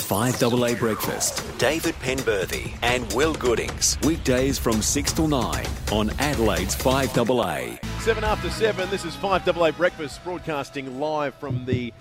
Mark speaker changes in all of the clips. Speaker 1: Five AA Breakfast. David Penberthy and Will Goodings. Weekdays from six till nine on Adelaide's Five AA.
Speaker 2: Seven after seven, this is 5AA Breakfast broadcasting live from the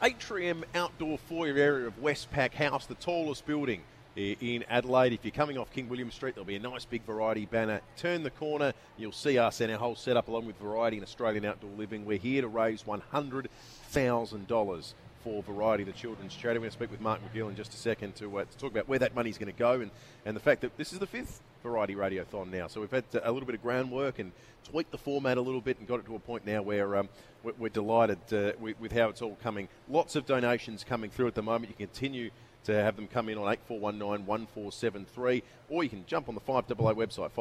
Speaker 2: atrium outdoor foyer area of Westpac House, the tallest building i- in Adelaide. If you're coming off King William Street, there'll be a nice big variety banner. Turn the corner, you'll see us and our whole setup along with Variety and Australian Outdoor Living. We're here to raise $100,000 for Variety, the children's charity. We're going to speak with Mark McGill in just a second to, uh, to talk about where that money's going to go and, and the fact that this is the fifth Variety Radiothon now. So we've had uh, a little bit of groundwork and tweaked the format a little bit and got it to a point now where um, we're, we're delighted uh, with, with how it's all coming. Lots of donations coming through at the moment. You can continue to have them come in on 8419 1473, or you can jump on the 5AA website,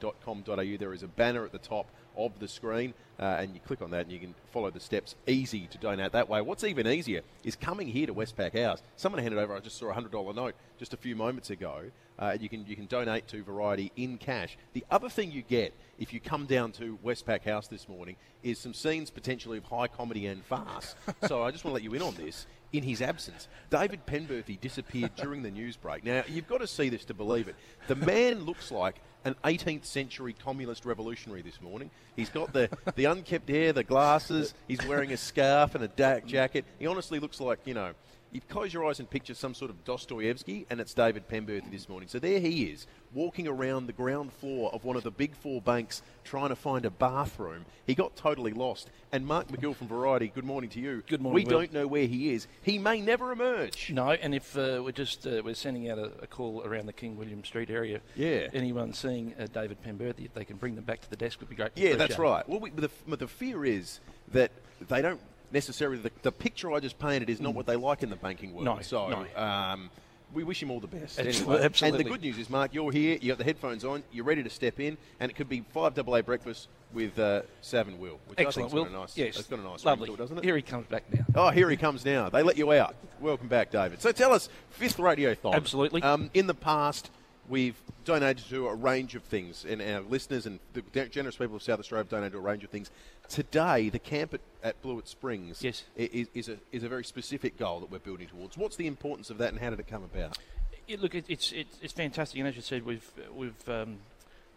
Speaker 2: 5AA.com.au. There is a banner at the top of the screen, uh, and you click on that and you can follow the steps. Easy to donate that way. What's even easier is coming here to Westpac House. Someone handed over, I just saw a $100 note just a few moments ago. Uh, and you can you can donate to Variety in cash. The other thing you get if you come down to Westpac House this morning is some scenes potentially of high comedy and farce. so I just want to let you in on this. In his absence, David Penberthy disappeared during the news break. Now you've got to see this to believe it. The man looks like an 18th century communist revolutionary this morning. He's got the, the unkempt hair, the glasses. He's wearing a scarf and a dark jacket. He honestly looks like you know you close your eyes and picture some sort of Dostoevsky, and it's David Penberthy this morning. So there he is, walking around the ground floor of one of the big four banks, trying to find a bathroom. He got totally lost. And Mark McGill from Variety, good morning to you.
Speaker 3: Good morning,
Speaker 2: We
Speaker 3: Will.
Speaker 2: don't know where he is. He may never emerge.
Speaker 3: No, and if uh, we're just uh, we're sending out a, a call around the King William Street area.
Speaker 2: Yeah.
Speaker 3: Anyone seeing uh, David Penberthy, if they can bring them back to the desk, would be great.
Speaker 2: Yeah, that's
Speaker 3: Appreciate it.
Speaker 2: right. Well, we, the, the fear is that they don't necessarily. The, the picture I just painted is not what they like in the banking world.
Speaker 3: Mm. No,
Speaker 2: so,
Speaker 3: no.
Speaker 2: um, we wish him all the best.
Speaker 3: Abso-
Speaker 2: anyway.
Speaker 3: absolutely.
Speaker 2: And the good news is, Mark, you're here. You got the headphones on. You're ready to step in, and it could be five double A breakfast with uh, Sav and Will, which
Speaker 3: Excellent.
Speaker 2: I think's got
Speaker 3: Will.
Speaker 2: a nice.
Speaker 3: yes.
Speaker 2: it's got a nice
Speaker 3: Lovely.
Speaker 2: ring to it, doesn't it?
Speaker 3: Here he comes back now.
Speaker 2: Oh, here he comes now. They let you out. Welcome back, David. So tell us, fifth radiothon.
Speaker 3: Absolutely.
Speaker 2: Um, in the past, we've donated to a range of things, and our listeners and the de- generous people of South Australia have donated to a range of things. Today, the camp at, at Blewett Springs
Speaker 3: Yes.
Speaker 2: i- is, is, a, is a very specific goal that we're building towards. What's the importance of that, and how did it come about?
Speaker 3: Yeah, look, it, it's, it's it's fantastic, and as you said, we've we've um,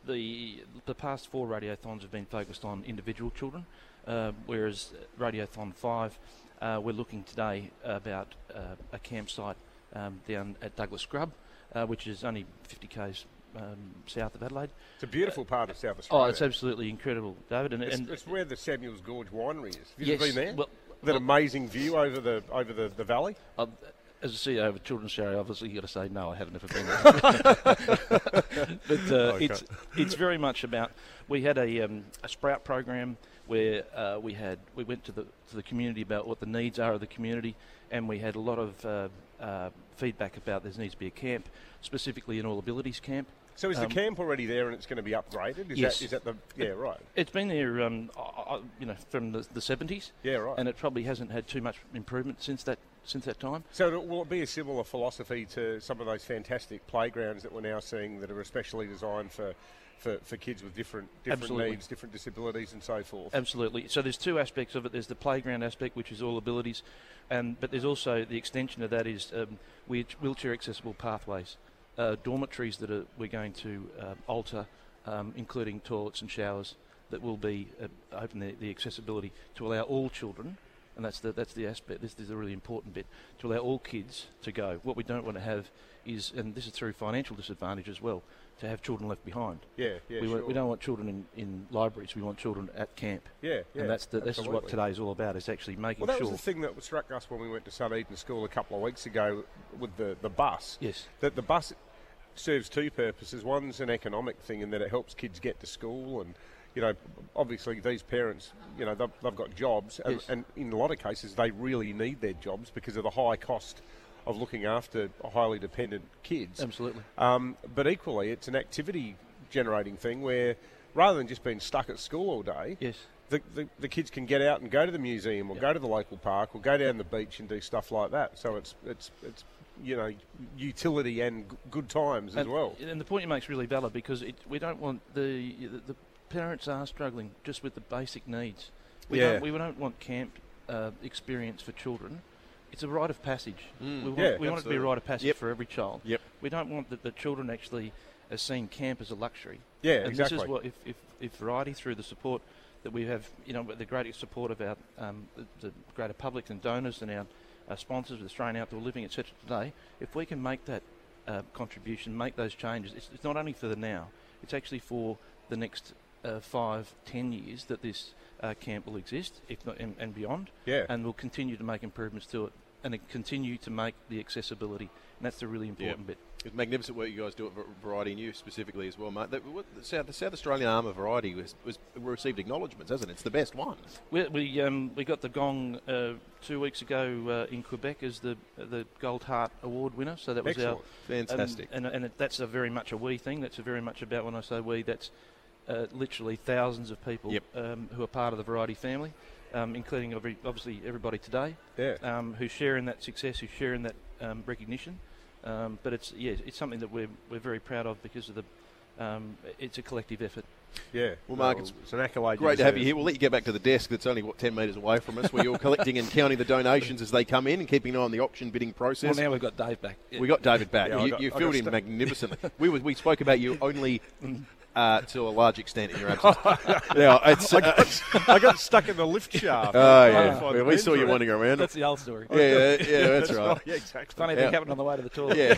Speaker 3: the the past four radiothons have been focused on individual children, uh, whereas radiothon five, uh, we're looking today about uh, a campsite um, down at Douglas Scrub, uh, which is only 50 k's um, south of Adelaide.
Speaker 4: It's a beautiful part of South
Speaker 3: Oh,
Speaker 4: Australia.
Speaker 3: it's absolutely incredible, David, and,
Speaker 4: It's,
Speaker 3: and
Speaker 4: it's where the Samuel's Gorge winery is. Have you
Speaker 3: Yes,
Speaker 4: been there?
Speaker 3: well-
Speaker 4: that
Speaker 3: well-
Speaker 4: amazing view over the over the, the valley.
Speaker 3: i as a CEO of a children's charity, obviously you've got to say no. I haven't ever been there, but uh, it's it's very much about. We had a, um, a sprout program where uh, we had we went to the to the community about what the needs are of the community, and we had a lot of uh, uh, feedback about there needs to be a camp, specifically an all abilities camp.
Speaker 4: So is
Speaker 3: Um,
Speaker 4: the camp already there and it's going to be upgraded? Is
Speaker 3: yes.
Speaker 4: That, is that the yeah right?
Speaker 3: It's been there, um, I- I- you know, from the, the 70s.
Speaker 4: Yeah, right.
Speaker 3: And it probably hasn't had too much improvement since that since that time.
Speaker 4: So it'll- will it be a similar philosophy to some of those fantastic playgrounds that we're now seeing that are especially designed for for, for kids with different different
Speaker 3: Absolutely.
Speaker 4: needs, different disabilities, and so forth?
Speaker 3: Absolutely. So there's two aspects of it. There's the playground aspect, which is all abilities, and but there's also the extension of that is um, wheelch- wheelchair accessible pathways, uh, dormitories that are, we're going to uh, alter, um, including toilets and showers that will be uh, open the, the accessibility to allow all children. And that's the, that's the aspect, this is the really important bit, to allow all kids to go. What we don't want to have is, and this is through financial disadvantage as well, to have children left behind.
Speaker 4: Yeah, yeah,
Speaker 3: we, want- we
Speaker 4: sure.
Speaker 3: don't want children in, in libraries, we want children at camp.
Speaker 4: Yeah, yeah,
Speaker 3: and that's the, this is what
Speaker 4: absolutely.
Speaker 3: today's all about. Is actually making
Speaker 4: Well, that
Speaker 3: sure.
Speaker 4: was the thing that struck us when we went to Sun Eden School a couple of weeks ago with the, the bus.
Speaker 3: Yes.
Speaker 4: That the bus serves two purposes. One's an economic thing in that it helps kids get to school and you know, obviously these parents, you know, they've, they've got jobs, and,
Speaker 3: Yes.
Speaker 4: and in a lot of cases, they really need their jobs because of the high cost of looking after highly dependent kids.
Speaker 3: Absolutely.
Speaker 4: Um, but equally, it's an activity generating thing where rather than just being stuck at school all day,
Speaker 3: Yes.
Speaker 4: the, the, the kids can get out and go to the museum or go to the local park or go down the beach and do stuff like that. So it's, it's, it's you know, utility and g- good times as
Speaker 3: and,
Speaker 4: well.
Speaker 3: And the point you make is really valid because it, we don't want the, the the parents are struggling just with the basic needs. We
Speaker 4: Yeah.
Speaker 3: don't, we don't want camp uh, experience for children. It's a rite of passage. we want,
Speaker 4: Hmm. Yeah,
Speaker 3: we want it to be
Speaker 2: absolutely.
Speaker 3: a rite of passage
Speaker 2: Yep.
Speaker 3: for every child.
Speaker 2: Yep.
Speaker 3: We don't want that the children actually are seeing camp as a luxry.
Speaker 4: Yeah,
Speaker 3: and This
Speaker 4: exactly.
Speaker 3: is what if, if, if variety through the support that we have, you know, the great support of our um, the, the greater public and donors and our uh, sponsors, Australian Outdoor Living, etc. Today, if we can make that uh, contribution, make those changes, it's, it's not only for the now. It's actually for the next uh, five, ten years that this uh, camp will exist, if not and, and beyond.
Speaker 4: Yeah.
Speaker 3: And we'll continue to make improvements to it, and it continue to make the accessibility. And that's the really important bit.
Speaker 2: It's magnificent work you guys do at Var- Variety and you specifically as well, mate. The, what, the, South, the South Australian arm of Variety was, was received acknowledgements, hasn't it? It's the best one.
Speaker 3: We we, um, we got the gong uh, two weeks ago uh, in Quebec as the the Gold Heart Award winner. So that was
Speaker 4: Excellent.
Speaker 3: our
Speaker 2: Fantastic.
Speaker 3: Um, and and it, that's a very much a we thing. That's a very much about when I say we. That's uh, literally thousands of people
Speaker 2: Yep.
Speaker 3: um, who are part of the Variety family, um, including every, obviously everybody today,
Speaker 4: Yeah.
Speaker 3: um, who share in that success, who share in that um, recognition. Um, but it's yeah, it's something that we're we're very proud of because of the. Um, it's a collective effort.
Speaker 4: Yeah.
Speaker 2: Well, Mark, it's
Speaker 4: an accolade.
Speaker 2: Great to have you
Speaker 4: deserve.
Speaker 2: here. We'll let you get back to the desk that's only, what, 10 metres away from us, where you're collecting and counting the donations as they come in and keeping an eye on the auction bidding process.
Speaker 3: Well, now we've got Dave back.
Speaker 2: We got David back.
Speaker 4: Yeah, I
Speaker 2: you,
Speaker 4: got-
Speaker 2: you
Speaker 4: I
Speaker 2: filled
Speaker 4: got
Speaker 2: in
Speaker 4: stuck.
Speaker 2: magnificently. we was, we spoke about you only uh, to a large extent in your absence. now it's. uh,
Speaker 4: I got stuck in the lift shaft.
Speaker 2: oh
Speaker 4: I
Speaker 2: yeah,
Speaker 4: can't find
Speaker 2: Yeah,
Speaker 4: the
Speaker 2: we saw
Speaker 4: mentor.
Speaker 2: you wandering around.
Speaker 3: the old story.
Speaker 2: yeah, yeah, yeah, that's right.
Speaker 4: Yeah, exactly.
Speaker 3: Funny
Speaker 2: Yeah.
Speaker 3: thing happened on the way to the toilet.
Speaker 2: Yeah.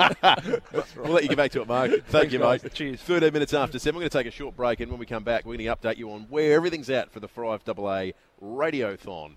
Speaker 2: We'll let you get back to it, Mark. Thank you, mate.
Speaker 3: guys. Cheers.
Speaker 2: 13 minutes after 7, we're going to take a short break, and when we come back, we're going to update you on where everything's at for the 5AA Radiothon